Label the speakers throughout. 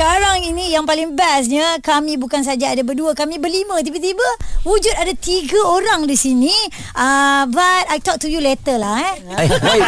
Speaker 1: Sekarang ini yang paling bestnya kami bukan saja ada berdua, kami berlima. Tiba-tiba wujud ada tiga orang di sini. Uh, but I talk to you later lah eh.
Speaker 2: Eh, baik.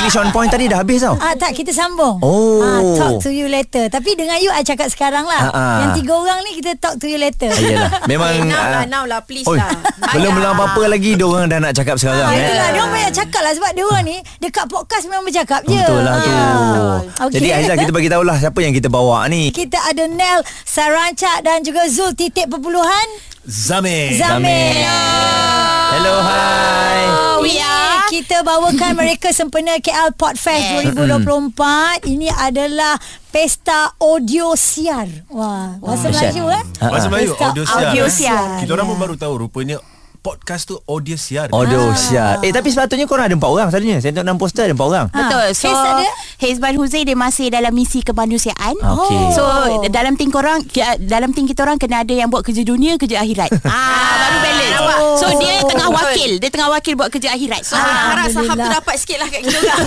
Speaker 2: English on point tadi dah habis tau.
Speaker 1: Ah tak kita sambung.
Speaker 2: Oh.
Speaker 1: Ah talk to you later. Tapi dengan you I cakap sekarang lah.
Speaker 2: Ah, ah.
Speaker 1: Yang tiga orang ni kita talk to you later.
Speaker 2: Iyalah. Memang
Speaker 3: Eh, now lah,
Speaker 2: ah,
Speaker 3: now lah, please
Speaker 2: Oi,
Speaker 3: lah.
Speaker 2: belum
Speaker 3: Ayah.
Speaker 2: belum apa-apa lagi dia orang dah nak cakap
Speaker 1: Ah,
Speaker 2: sekarang eh.
Speaker 1: itulah dia orang banyak cakap lah sebab dia orang ni dekat podcast memang bercakap je. Ah.
Speaker 2: Betul lah tu.
Speaker 3: Ah.
Speaker 1: Okey.
Speaker 2: Jadi Aizah kita bagi tahulah siapa yang kita bawa ni.
Speaker 1: kita ada Nel Saranca dan juga Zul titik perpuluhan
Speaker 2: Eh,
Speaker 4: Zamir.
Speaker 1: Zamir.
Speaker 3: Oh.
Speaker 2: Hello hai.
Speaker 1: Ini kita bawakan mereka sempena KL Podfest 2024. Ini adalah pesta audio siar. Wah, bahasa Melayu eh.
Speaker 2: Ha,
Speaker 4: Bahasa Melayu
Speaker 1: Pesta
Speaker 4: audio siar.
Speaker 3: audio
Speaker 4: eh.
Speaker 3: siar.
Speaker 4: ha. Kita orang pun baru tahu rupanya podcast tu audio siar.
Speaker 3: Ah.
Speaker 2: Audio siar. Eh tapi sepatutnya korang ada empat orang selalunya. Saya tengok dalam poster ada empat orang.
Speaker 3: Betul.
Speaker 1: Hes
Speaker 3: So,
Speaker 1: Ah. ada?
Speaker 3: Hezban Huzail dia masih dalam misi kemanusiaan.
Speaker 2: Okey.
Speaker 3: Oh. So,
Speaker 1: Oh.
Speaker 3: dalam tim korang, ki- ah, dalam tim kita orang kena ada yang buat kerja dunia, kerja akhirat. ah, baru balance.
Speaker 1: Oh.
Speaker 3: So, dia tengah wakil. Dia tengah wakil buat kerja akhirat. So, ah.
Speaker 5: Harap saham tu
Speaker 1: Alhamdulillah.
Speaker 5: dapat sikit lah kat kita orang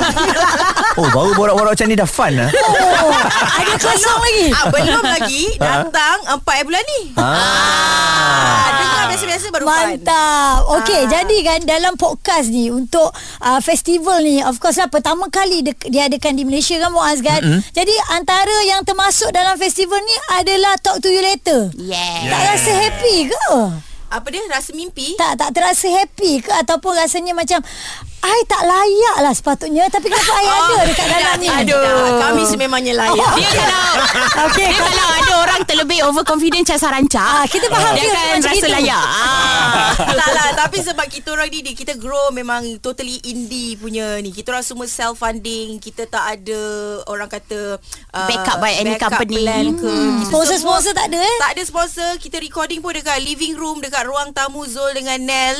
Speaker 2: Oh baru borak-borak macam ni dah fun lah.
Speaker 1: Oh, ada kosong lagi.
Speaker 5: ah, Belum lagi Datang 4 bulan ni ah, Dengar biasa-biasa baru fun
Speaker 1: Mantap. Okey, jadi kan dalam podcast ni untuk uh, festival ni of course lah pertama kali de- diadakan di Malaysia kan Muaz kan. Mm-hmm. Jadi antara yang termasuk dalam festival ni adalah Talk to You Later.
Speaker 3: yeah.
Speaker 1: Tak rasa happy ke?
Speaker 5: Apa dia rasa mimpi
Speaker 1: Tak tak terasa happy ke ataupun rasanya macam I tak layak lah sepatutnya tapi kenapa I ada dekat dalam ni? Oh.
Speaker 5: Ya, Aduh Kami sememangnya layak
Speaker 3: Dia kalau okay, Dia kalau ada orang terlebih overconfident macam Saranca
Speaker 1: Ah, kita faham
Speaker 3: Dia
Speaker 1: dia
Speaker 3: akan
Speaker 1: macam
Speaker 3: rasa
Speaker 1: itu.
Speaker 3: layak ah.
Speaker 5: tak lah Tapi sebab kita orang ni dia- Kita grow memang Totally indie punya ni Kita orang semua self funding Kita tak ada Orang kata uh,
Speaker 3: Backup by any
Speaker 5: backup
Speaker 3: company.
Speaker 5: plan ke
Speaker 1: Hmm.
Speaker 5: Kita
Speaker 1: Sponsor-sponsor tak ada eh?
Speaker 5: Tak ada sponsor Kita recording pun dekat living room Dekat ruang tamu Zul dengan Nel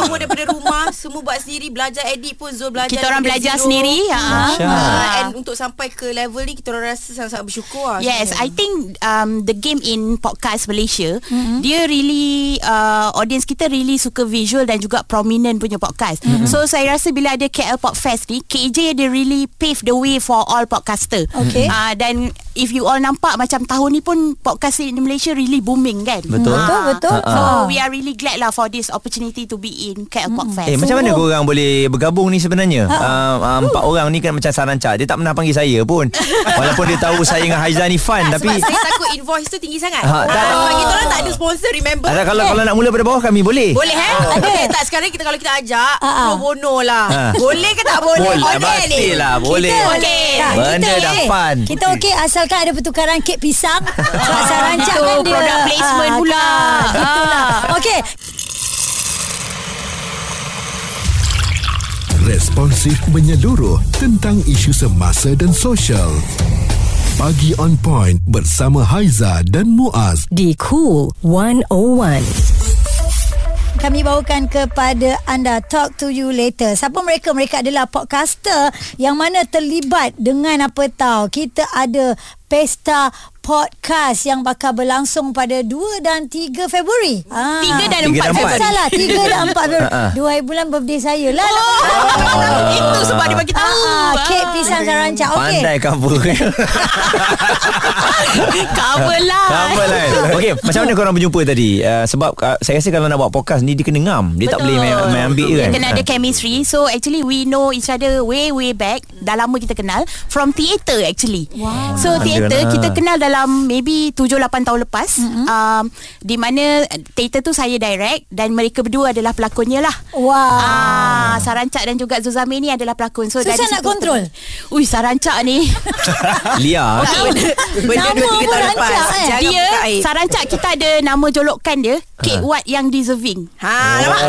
Speaker 5: Semua daripada rumah Semua buat sendiri Belajar edit pun Zul belajar
Speaker 3: Kita orang
Speaker 5: daripada
Speaker 3: belajar
Speaker 5: zero.
Speaker 3: sendiri ah.
Speaker 2: Masya.
Speaker 5: Ah,
Speaker 3: Ah.
Speaker 5: And untuk sampai ke level ni Kita orang rasa sangat-sangat bersyukur
Speaker 1: Oh,
Speaker 5: lah
Speaker 3: Yes, I
Speaker 5: sebenarnya.
Speaker 3: think um, the game in podcast Malaysia, mm-hmm. dia really uh, audience kita really suka visual dan juga prominent punya podcast. Mm-hmm. So saya rasa bila ada KL Podfest ni, KJ dia really pave the way for all podcaster.
Speaker 1: Okay.
Speaker 3: Uh, dan if you all nampak macam tahun ni pun podcast in Malaysia really booming kan.
Speaker 2: Betul.
Speaker 1: Betul betul.
Speaker 3: So
Speaker 1: Ah.
Speaker 3: we are really glad lah for this opportunity to be in KL
Speaker 1: Mm.
Speaker 3: Podfest.
Speaker 2: Eh macam mana korang boleh bergabung ni sebenarnya? Uh, uh, empat orang ni kan macam Saranca. Dia tak pernah panggil saya pun. Walaupun dia tahu saya dengan Haizah ni fun
Speaker 5: Sebab
Speaker 2: tapi
Speaker 5: saya takut invoice tu tinggi sangat
Speaker 2: Ha,
Speaker 5: ha,
Speaker 2: tak.
Speaker 5: Sebab kita orang tak ada sponsor Remember
Speaker 2: Ada kalau kalau nak mula pada bawah kami boleh.
Speaker 5: Boleh eh? Okay, tak sekarang kita kalau kita ajak
Speaker 1: Ha, ha.
Speaker 5: pro bono lah.
Speaker 2: Ha.
Speaker 5: Boleh ke tak boleh?
Speaker 2: Mesti lah boleh.
Speaker 1: Kita
Speaker 5: Boleh.
Speaker 1: Tak,
Speaker 2: Benda
Speaker 1: kita
Speaker 2: dah
Speaker 1: okey.
Speaker 2: fun.
Speaker 1: Kita okey asalkan ada pertukaran kek pisang. Sebab sarancak
Speaker 3: Itu
Speaker 1: kan dia.
Speaker 3: product placement
Speaker 1: Ah,
Speaker 3: pula.
Speaker 1: ah, Itulah. Okey.
Speaker 6: Responsif menyeluruh tentang isu semasa dan sosial. Pagi on point bersama Haiza dan Muaz.
Speaker 7: Di Cool 101.
Speaker 1: Kami bawakan kepada anda Talk to you later Siapa mereka? Mereka adalah podcaster Yang mana terlibat dengan apa tahu Kita ada Pesta Podcast Yang bakal berlangsung pada 2 dan 3 Februari ah.
Speaker 3: Tiga dan
Speaker 2: Tiga dan
Speaker 3: empat
Speaker 2: Ha, empat.
Speaker 3: Februari.
Speaker 1: Salah 3 dan 4 Februari Dua hari bulan birthday saya lah
Speaker 3: Oh! Itu sebab dia bagi
Speaker 1: Ah,
Speaker 3: tahu.
Speaker 1: ah, kek pisang sarancak Okey
Speaker 2: Pandai cover
Speaker 3: Cover lah.
Speaker 2: Cover lah Okay Macam mana korang berjumpa tadi uh, Sebab uh, saya rasa kalau nak buat podcast ni Dia kena ngam Dia tak boleh main, main ambil je
Speaker 3: Dia
Speaker 2: kan
Speaker 3: kena ada
Speaker 2: Ah.
Speaker 3: chemistry So actually we know each other way way back Dah lama kita kenal From theatre actually wow. So
Speaker 2: Ada
Speaker 3: theatre
Speaker 2: lah.
Speaker 3: kita kenal dalam maybe 7-8 tahun lepas mm-hmm. um, Di mana uh, theatre tu saya direct Dan mereka berdua adalah pelakonnya lah
Speaker 1: Wah
Speaker 3: Ah, Sarancak dan juga Zuzami ni adalah pelakon. So
Speaker 1: Susah
Speaker 3: dari
Speaker 1: nak
Speaker 3: situ-
Speaker 1: kontrol.
Speaker 3: Ui, Sarancak ni.
Speaker 2: Lia
Speaker 5: Benda
Speaker 1: Nama
Speaker 5: dua tiga
Speaker 1: pun
Speaker 5: tahun lepas.
Speaker 1: rancak, eh.
Speaker 5: Jangan
Speaker 3: dia
Speaker 5: buka air.
Speaker 3: Sarancak kita ada nama jolokan dia Kate Watt yang deserving
Speaker 5: Ha, nampak?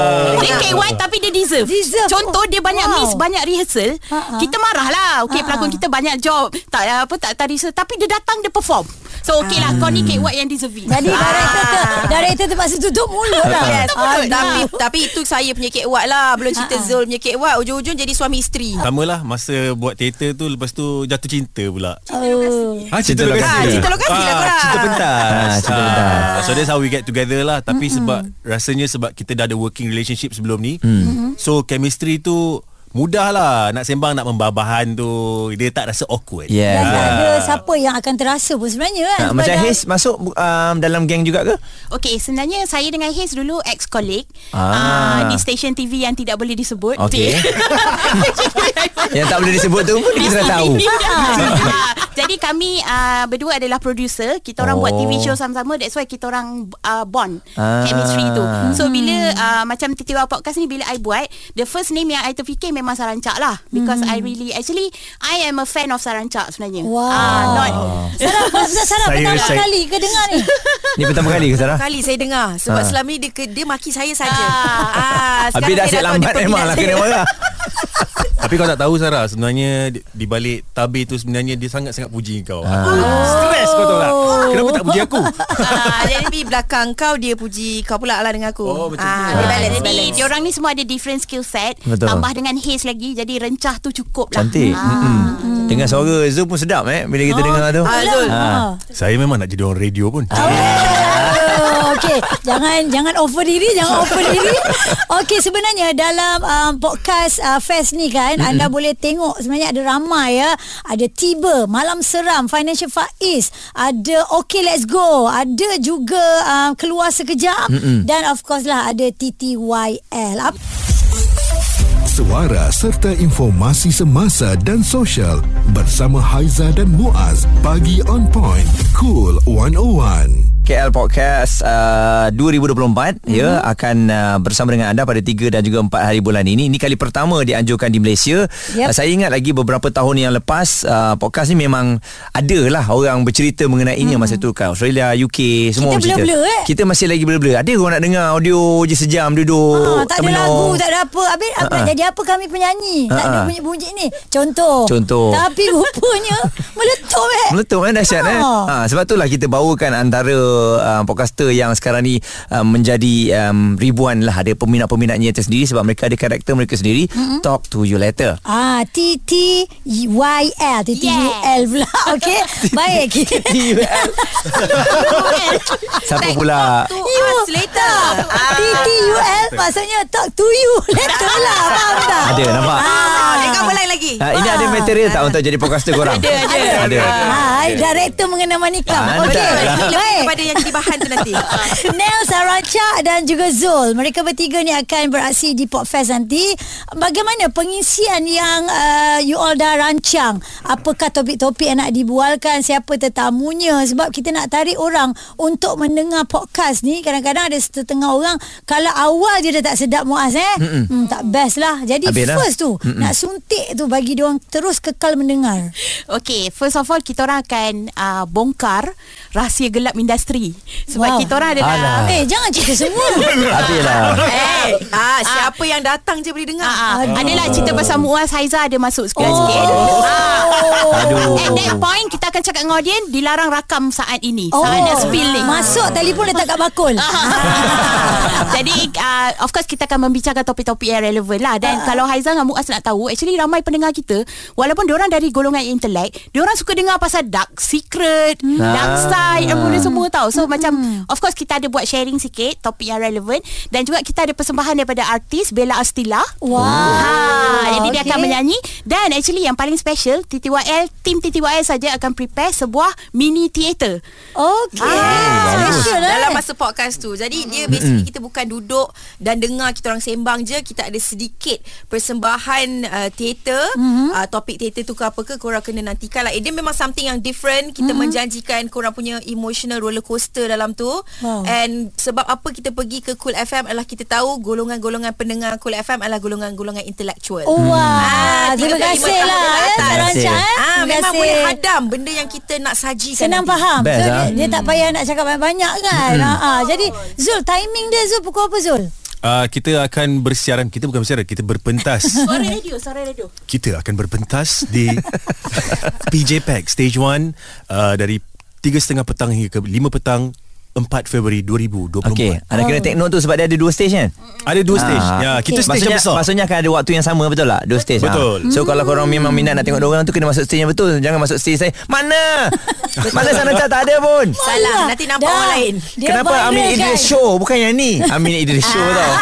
Speaker 3: Dia Kate White tapi dia deserve.
Speaker 1: Deserve.
Speaker 3: Contoh dia banyak
Speaker 1: Wow.
Speaker 3: wow. miss, banyak rehearsal.
Speaker 1: Ha-ha.
Speaker 3: Uh-huh. Kita marahlah. Okey,
Speaker 1: Ha-ha.
Speaker 3: uh-huh. pelakon kita banyak job. Tak ada apa tak tak rehearsal tapi dia datang dia perform. So okey lah kau ni Kate White yang deserving.
Speaker 1: Jadi director ter, director terpaksa tutup mulut lah.
Speaker 5: Yes.
Speaker 1: Ah,
Speaker 5: Tapi tapi itu saya punya Kek Wat lah Belum cerita
Speaker 1: Ha, ha.
Speaker 5: Zul punya Kek Wat Ujung-ujung jadi suami isteri
Speaker 4: Pertama lah masa buat teater tu lepas tu jatuh cinta pula.
Speaker 1: Oh.
Speaker 4: Ha,
Speaker 2: Cinta lokasi.
Speaker 5: Ah, Cerita lokasi lah korang
Speaker 2: Ha, Cerita pentas Cerita pentas
Speaker 4: Uh, so that's how we get together lah Tapi mm-hmm. sebab Rasanya sebab kita dah ada working relationship sebelum ni
Speaker 2: Hmm.
Speaker 5: Mm-hmm.
Speaker 4: mm. So chemistry tu Mudah lah Nak sembang nak membabahan tu Dia tak rasa awkward
Speaker 2: Yeah.
Speaker 1: Dan tak
Speaker 2: Ah.
Speaker 1: ada siapa yang akan terasa pun sebenarnya kan.
Speaker 2: Ha,
Speaker 1: Sebab
Speaker 2: macam
Speaker 1: dah-
Speaker 2: Haze masuk um, dalam geng juga ke?
Speaker 3: Okey, sebenarnya saya dengan Haze dulu ex-colleague
Speaker 2: Ah.
Speaker 3: ah. di stesen TV yang tidak boleh disebut.
Speaker 2: Okey. Yang tak boleh disebut tu pun kita dah tahu.
Speaker 3: Ah. Jadi kami uh, berdua adalah producer. Kita orang oh. buat
Speaker 2: Oh.
Speaker 3: TV show sama-sama. That's why kita orang uh, bond
Speaker 2: Ah. Hmm.
Speaker 3: ah. chemistry tu. So bila uh, macam Titiwa podcast ni bila I buat, the first name yang I terfikir memang Sarancak lah because
Speaker 2: Hmm.
Speaker 3: I really actually I am a fan of Sarancak sebenarnya.
Speaker 1: Wow.
Speaker 3: Ah, not
Speaker 1: Sarah, Ustaz Sarah
Speaker 2: Saya-
Speaker 1: pertama
Speaker 2: saya-
Speaker 1: kali ke dengar ni?
Speaker 2: Ni pertama kali ke Sarah?
Speaker 5: Kali saya dengar sebab
Speaker 2: Ah.
Speaker 5: ha. selama ni dia, ke- dia maki saya saja.
Speaker 3: Ah.
Speaker 5: Ah,
Speaker 2: Habis dah
Speaker 5: sekarang dia
Speaker 2: asyik
Speaker 5: tahu dia
Speaker 2: lambat
Speaker 5: peminat
Speaker 2: memang lah
Speaker 5: saya.
Speaker 2: kena marah.
Speaker 4: Tapi kau tak tahu Sarah Sebenarnya di- Di balik tabir tu Sebenarnya dia sangat-sangat puji kau
Speaker 2: Ah.
Speaker 4: Aku Stress kau tahu
Speaker 2: Oh.
Speaker 4: tak Kenapa tak puji aku
Speaker 5: Ah, jadi di belakang kau dia puji kau pula lah dengan aku.
Speaker 4: Oh, macam
Speaker 5: ah,
Speaker 4: tu.
Speaker 5: Dia
Speaker 3: Ah,
Speaker 5: balance,
Speaker 3: Jadi
Speaker 5: balance.
Speaker 3: diorang ni semua ada different skill set
Speaker 2: Betul.
Speaker 3: Tambah dengan haze lagi Jadi rencah tu cukup lah
Speaker 2: Cantik.
Speaker 3: Ah.
Speaker 2: Mm-mm. Dengar suara Zul pun sedap eh bila
Speaker 1: Oh.
Speaker 2: kita dengar tu.
Speaker 5: Ah, Zul.
Speaker 2: Ha.
Speaker 4: Saya memang nak jadi orang radio pun
Speaker 5: Ah,
Speaker 1: Aduh, Okey, jangan jangan over diri, jangan over diri. Okey, sebenarnya dalam um, podcast uh, Fest ni kan, mm-hmm. anda boleh tengok sebenarnya ada ramai ya. Ada Tiba, Malam Seram, Financial Faiz, ada Okay Let's Go, ada juga uh, Keluar Sekejap mm-hmm. dan of course lah ada TTYL. Apa
Speaker 6: Suara serta informasi semasa dan sosial bersama Haiza dan Muaz. Pagi on point. Cool 101.
Speaker 2: KL Podcast uh, 2024 mm-hmm. ya akan uh, bersama dengan anda pada 3 dan juga 4 hari bulan ini. Ini kali pertama dianjurkan di Malaysia.
Speaker 1: Yep.
Speaker 2: Uh, saya ingat lagi beberapa tahun yang lepas uh, podcast ni memang adalah orang bercerita mengenainya mm. masa tu kan Australia, UK
Speaker 1: Mm-hmm.
Speaker 2: semua
Speaker 1: Kita
Speaker 2: bercerita.
Speaker 1: blur-blur, eh?
Speaker 2: Kita masih lagi blur-blur. Ada orang nak dengar audio je sejam duduk.
Speaker 1: Ha, tak ada
Speaker 2: menung.
Speaker 1: lagu, tak ada apa. Habis apa nak
Speaker 2: Ha-ha.
Speaker 1: jadi apa kami penyanyi? Tak ada
Speaker 2: Ha-ha.
Speaker 1: bunyi-bunyi ni. Contoh.
Speaker 2: Ah, Contoh.
Speaker 1: Tapi rupanya meletup eh.
Speaker 2: Meletup kan dahsyat
Speaker 1: Ha.
Speaker 2: eh. Ha,
Speaker 3: Ah.
Speaker 2: sebab itulah kita bawakan antara uh, podcaster yang sekarang ni uh, menjadi um, ribuan lah. Ada peminat-peminatnya tersendiri sebab mereka ada karakter mereka sendiri. Mm-hmm. Talk to you later.
Speaker 1: Ah, T T Y L T T U L pula. Okey. Baik.
Speaker 2: Siapa pula?
Speaker 5: Tu
Speaker 1: You
Speaker 5: us later.
Speaker 1: T T U L maksudnya talk to you later lah. Faham tak?
Speaker 2: Ah. Ada, nampak?
Speaker 5: Ah, dia
Speaker 1: Ah.
Speaker 5: cover lain lagi.
Speaker 2: Ha, ini ada material tak untuk jadi podcaster korang?
Speaker 3: Ada, ada.
Speaker 2: Ada.
Speaker 1: Hai, Ah, director mengenai manikam.
Speaker 2: Ah,
Speaker 1: Okey.
Speaker 2: ada.
Speaker 1: Baik.
Speaker 5: Kepada yang jadi bahan tu nanti.
Speaker 1: Nel, Saracha dan juga Zul Mereka bertiga ni akan beraksi di Popfest nanti Bagaimana pengisian yang uh, you all dah rancang Apakah topik-topik yang nak dibualkan Siapa tetamunya Sebab kita nak tarik orang Untuk mendengar podcast ni Kadang-kadang ada setengah orang Kalau awal dia dah tak sedap Muaz eh hmm, Tak best lah Jadi
Speaker 2: Habis dah.
Speaker 1: first tu Nak suntik tu bagi dia orang terus kekal mendengar
Speaker 3: Okay, first of all kita orang akan uh, bongkar rahsia gelap industri sebab
Speaker 1: Wow.
Speaker 3: wow. kita orang adalah
Speaker 2: Alah.
Speaker 1: Eh jangan cerita semua
Speaker 2: Habislah.
Speaker 5: Eh, ah, siapa yang datang je boleh dengar.
Speaker 3: Ah, ah. Adalah cerita pasal Muaz Haiza ada masuk sekali oh. sikit. Ah.
Speaker 2: Aduh.
Speaker 3: At that point kita akan cakap dengan audien dilarang rakam saat ini.
Speaker 1: Oh,
Speaker 3: Oh. Saat ada spilling.
Speaker 1: Masuk telefon letak kat bakul. Ah.
Speaker 3: Jadi uh, of course kita akan membicarakan topik-topik yang relevan
Speaker 1: Ah.
Speaker 3: lah dan kalau Haizan dengan Muaz nak tahu actually ramai pendengar kita walaupun diorang dari golongan intelek diorang suka dengar pasal dark secret
Speaker 1: Hmm.
Speaker 3: dark
Speaker 1: Ah.
Speaker 3: side apa benda semua tau so macam of course kita ada buat sharing sikit topik yang relevan dan juga kita ada persembahan daripada artis Bella Astila
Speaker 1: Wow.
Speaker 3: Ha, jadi dia
Speaker 1: Okay.
Speaker 3: akan menyanyi dan actually yang paling special TTYL team TTYL saja akan prepare sebuah mini theater Ah.
Speaker 1: Okey. Special eh.
Speaker 5: Dalam masa podcast tu Jadi dia basically Kita bukan duduk Dan dengar kita orang sembang je Kita ada sedikit Persembahan uh, Teater
Speaker 1: Hmm.
Speaker 5: uh, Topik teater tu ke apa ke Korang kena nantikan lah eh, Dia memang something yang
Speaker 1: Hmm.
Speaker 5: different Kita menjanjikan Korang punya emotional roller coaster Dalam tu
Speaker 1: Wow.
Speaker 5: And sebab apa kita pergi ke Cool FM Adalah kita tahu Golongan-golongan pendengar Cool FM Adalah golongan-golongan intellectual
Speaker 1: Oh,
Speaker 5: Ah,
Speaker 1: wah. Terima
Speaker 5: tiga puluh lima
Speaker 1: kasih
Speaker 5: tahun
Speaker 1: lah.
Speaker 5: ke
Speaker 1: eh,
Speaker 5: atas.
Speaker 1: Kak Ranca, eh.
Speaker 5: Ah,
Speaker 1: Terima
Speaker 5: memang
Speaker 1: kasih.
Speaker 5: boleh hadam benda yang kita nak sajikan
Speaker 1: Senang
Speaker 5: nanti.
Speaker 1: faham
Speaker 2: Best,
Speaker 1: so, dia,
Speaker 2: ah.
Speaker 1: dia tak payah nak cakap banyak-banyak kan hmm. ha, Jadi Zul timing dia Zul pukul apa Zul?
Speaker 4: uh, Kita akan bersiaran Kita bukan bersiaran Kita berpentas
Speaker 3: suara radio suara radio
Speaker 4: Kita akan berpentas di ah, PJ Pack Stage 1 uh, Dari 3.30 petang hingga ke 5 petang 4 Februari 2024.
Speaker 2: Okey, anda kena take note tu sebab dia ada dua stage kan?
Speaker 4: Ada dua stage.
Speaker 2: Ah.
Speaker 4: Ya, kita stage
Speaker 2: maksudnya,
Speaker 4: yang besar.
Speaker 2: Maksudnya akan ada waktu yang sama betul tak? Dua stage.
Speaker 4: Betul.
Speaker 2: Ha. So kalau korang memang minat nak tengok dua orang tu kena masuk stage yang betul. Jangan masuk stage saya. Mana? Mana sana tak, tak ada pun.
Speaker 5: Salah Nanti nampak
Speaker 1: Dah.
Speaker 5: orang lain
Speaker 1: Dia
Speaker 2: Kenapa
Speaker 1: viral
Speaker 2: Amin Idris
Speaker 1: kan?
Speaker 2: show bukan yang ni? Amin Idris show tau.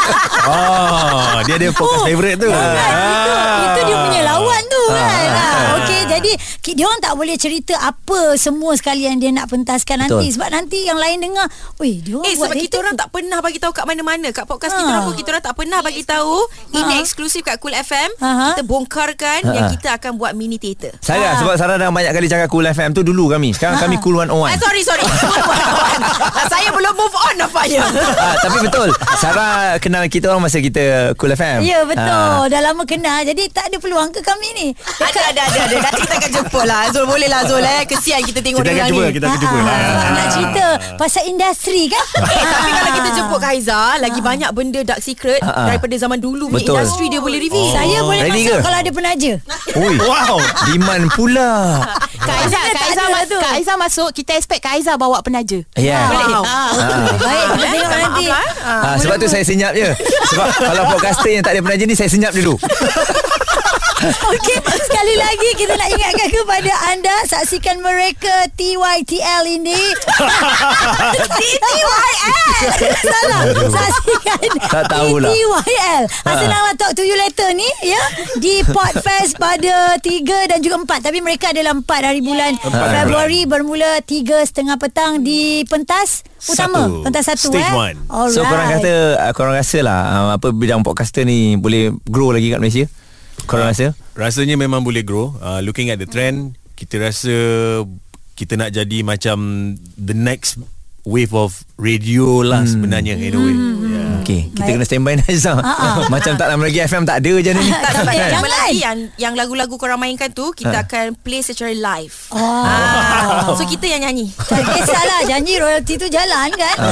Speaker 4: Ah, dia ada
Speaker 2: Oh.
Speaker 4: podcast favorite tu.
Speaker 2: Ah.
Speaker 1: Kan, itu, itu dia punya lawan tu kan. Ha, Okey, jadi ki- dia orang tak boleh cerita apa semua sekali yang dia nak pentaskan
Speaker 2: Betul.
Speaker 1: nanti sebab nanti yang lain dengar, "Oi, dia orang
Speaker 5: Eh
Speaker 1: buat
Speaker 5: sebab kita
Speaker 1: later
Speaker 5: orang
Speaker 1: tu."
Speaker 5: tak pernah bagi tahu kat mana-mana kat podcast kita
Speaker 1: Ha.
Speaker 5: orang pun kita orang tak pernah bagi tahu ini
Speaker 1: Ha.
Speaker 5: eksklusif kat Cool FM
Speaker 1: Ha.
Speaker 5: kita bongkarkan
Speaker 2: Ha.
Speaker 5: yang kita akan buat mini theater.
Speaker 1: Ah.
Speaker 2: Sarah sebab Sarah dah banyak kali cakap Cool FM tu dulu kami. Sekarang kami Cool 101.
Speaker 5: Ah, sorry sorry. Ah, Saya belum move on nampaknya.
Speaker 2: ah, tapi betul Sarah kenal kita orang masa kita Cool FM
Speaker 1: Ya,
Speaker 2: Ah.
Speaker 1: betul. Dah lama kenal. Jadi tak ada peluang ke kami ni?
Speaker 5: ada ada ada ada. Nanti kita akan jumpa lah. Zul boleh lah Zul eh. Kesian kita tengok
Speaker 4: Kita
Speaker 5: dia
Speaker 4: akan
Speaker 5: orang
Speaker 4: cuba,
Speaker 5: ni.
Speaker 4: kita akan cuba lah.
Speaker 1: Ah, Nak cerita pasal industri kan?
Speaker 5: Eh, tapi kalau kita jemput Kaiza lagi banyak benda dark secret
Speaker 2: Ha, ha.
Speaker 5: daripada zaman dulu punya
Speaker 2: Betul.
Speaker 5: industri dia boleh review.
Speaker 1: Oh. Saya boleh
Speaker 2: Ready
Speaker 1: masuk
Speaker 2: ke? Ah.
Speaker 1: kalau ada penaja.
Speaker 2: Ui,
Speaker 4: Wow.
Speaker 2: Diman
Speaker 1: Ah.
Speaker 2: pula
Speaker 3: Kak Aizah,
Speaker 1: Sebenarnya
Speaker 3: Kak
Speaker 1: tak
Speaker 3: Aizah,
Speaker 1: ada
Speaker 3: mas-
Speaker 1: tu.
Speaker 3: Kak Aizah masuk, kita expect Kak Aizah bawa penaja.
Speaker 2: Ya yeah.
Speaker 5: Wow.
Speaker 1: Ah. Baik, kita tengok nanti.
Speaker 2: Ah, sebab tu saya senyap je Sebab kalau podcaster yang tak ada penaja ni Saya senyap dulu
Speaker 1: Okey, sekali lagi kita nak ingatkan kepada anda saksikan mereka TYTL ini. TYL. Salah. Saksikan
Speaker 2: Tak tahulah.
Speaker 1: TYL.
Speaker 2: Ha.
Speaker 1: Senanglah talk to you later ni ya di Podfest pada 3 dan juga 4. Tapi mereka adalah 4 hari bulan Februari bermula 3.30 petang di pentas utama,
Speaker 4: Satu.
Speaker 1: pentas satu
Speaker 4: Stage
Speaker 1: eh.
Speaker 4: one.
Speaker 1: Alright.
Speaker 2: So korang kata ah, Korang rasa lah ah, Apa bidang podcaster ni Boleh grow lagi kat Malaysia Korang rasa
Speaker 4: Rasanya memang boleh grow. Uh, looking at the trend, kita rasa kita nak jadi macam the next wave of radio lah
Speaker 2: Hmm.
Speaker 4: sebenarnya in a way. Ya. Yeah.
Speaker 2: Okay Kita
Speaker 1: Baik.
Speaker 2: kena standby Nazah Macam tak lama lagi FM tak ada je ni
Speaker 5: Tak sebab
Speaker 2: Kan?
Speaker 1: Jangan.
Speaker 5: jangan lagi yang yang lagu-lagu korang mainkan tu kita akan play secara live.
Speaker 1: Oh.
Speaker 5: Ah. So kita yang nyanyi.
Speaker 1: Tak kisahlah janji royalty tu jalan kan.
Speaker 2: Ha.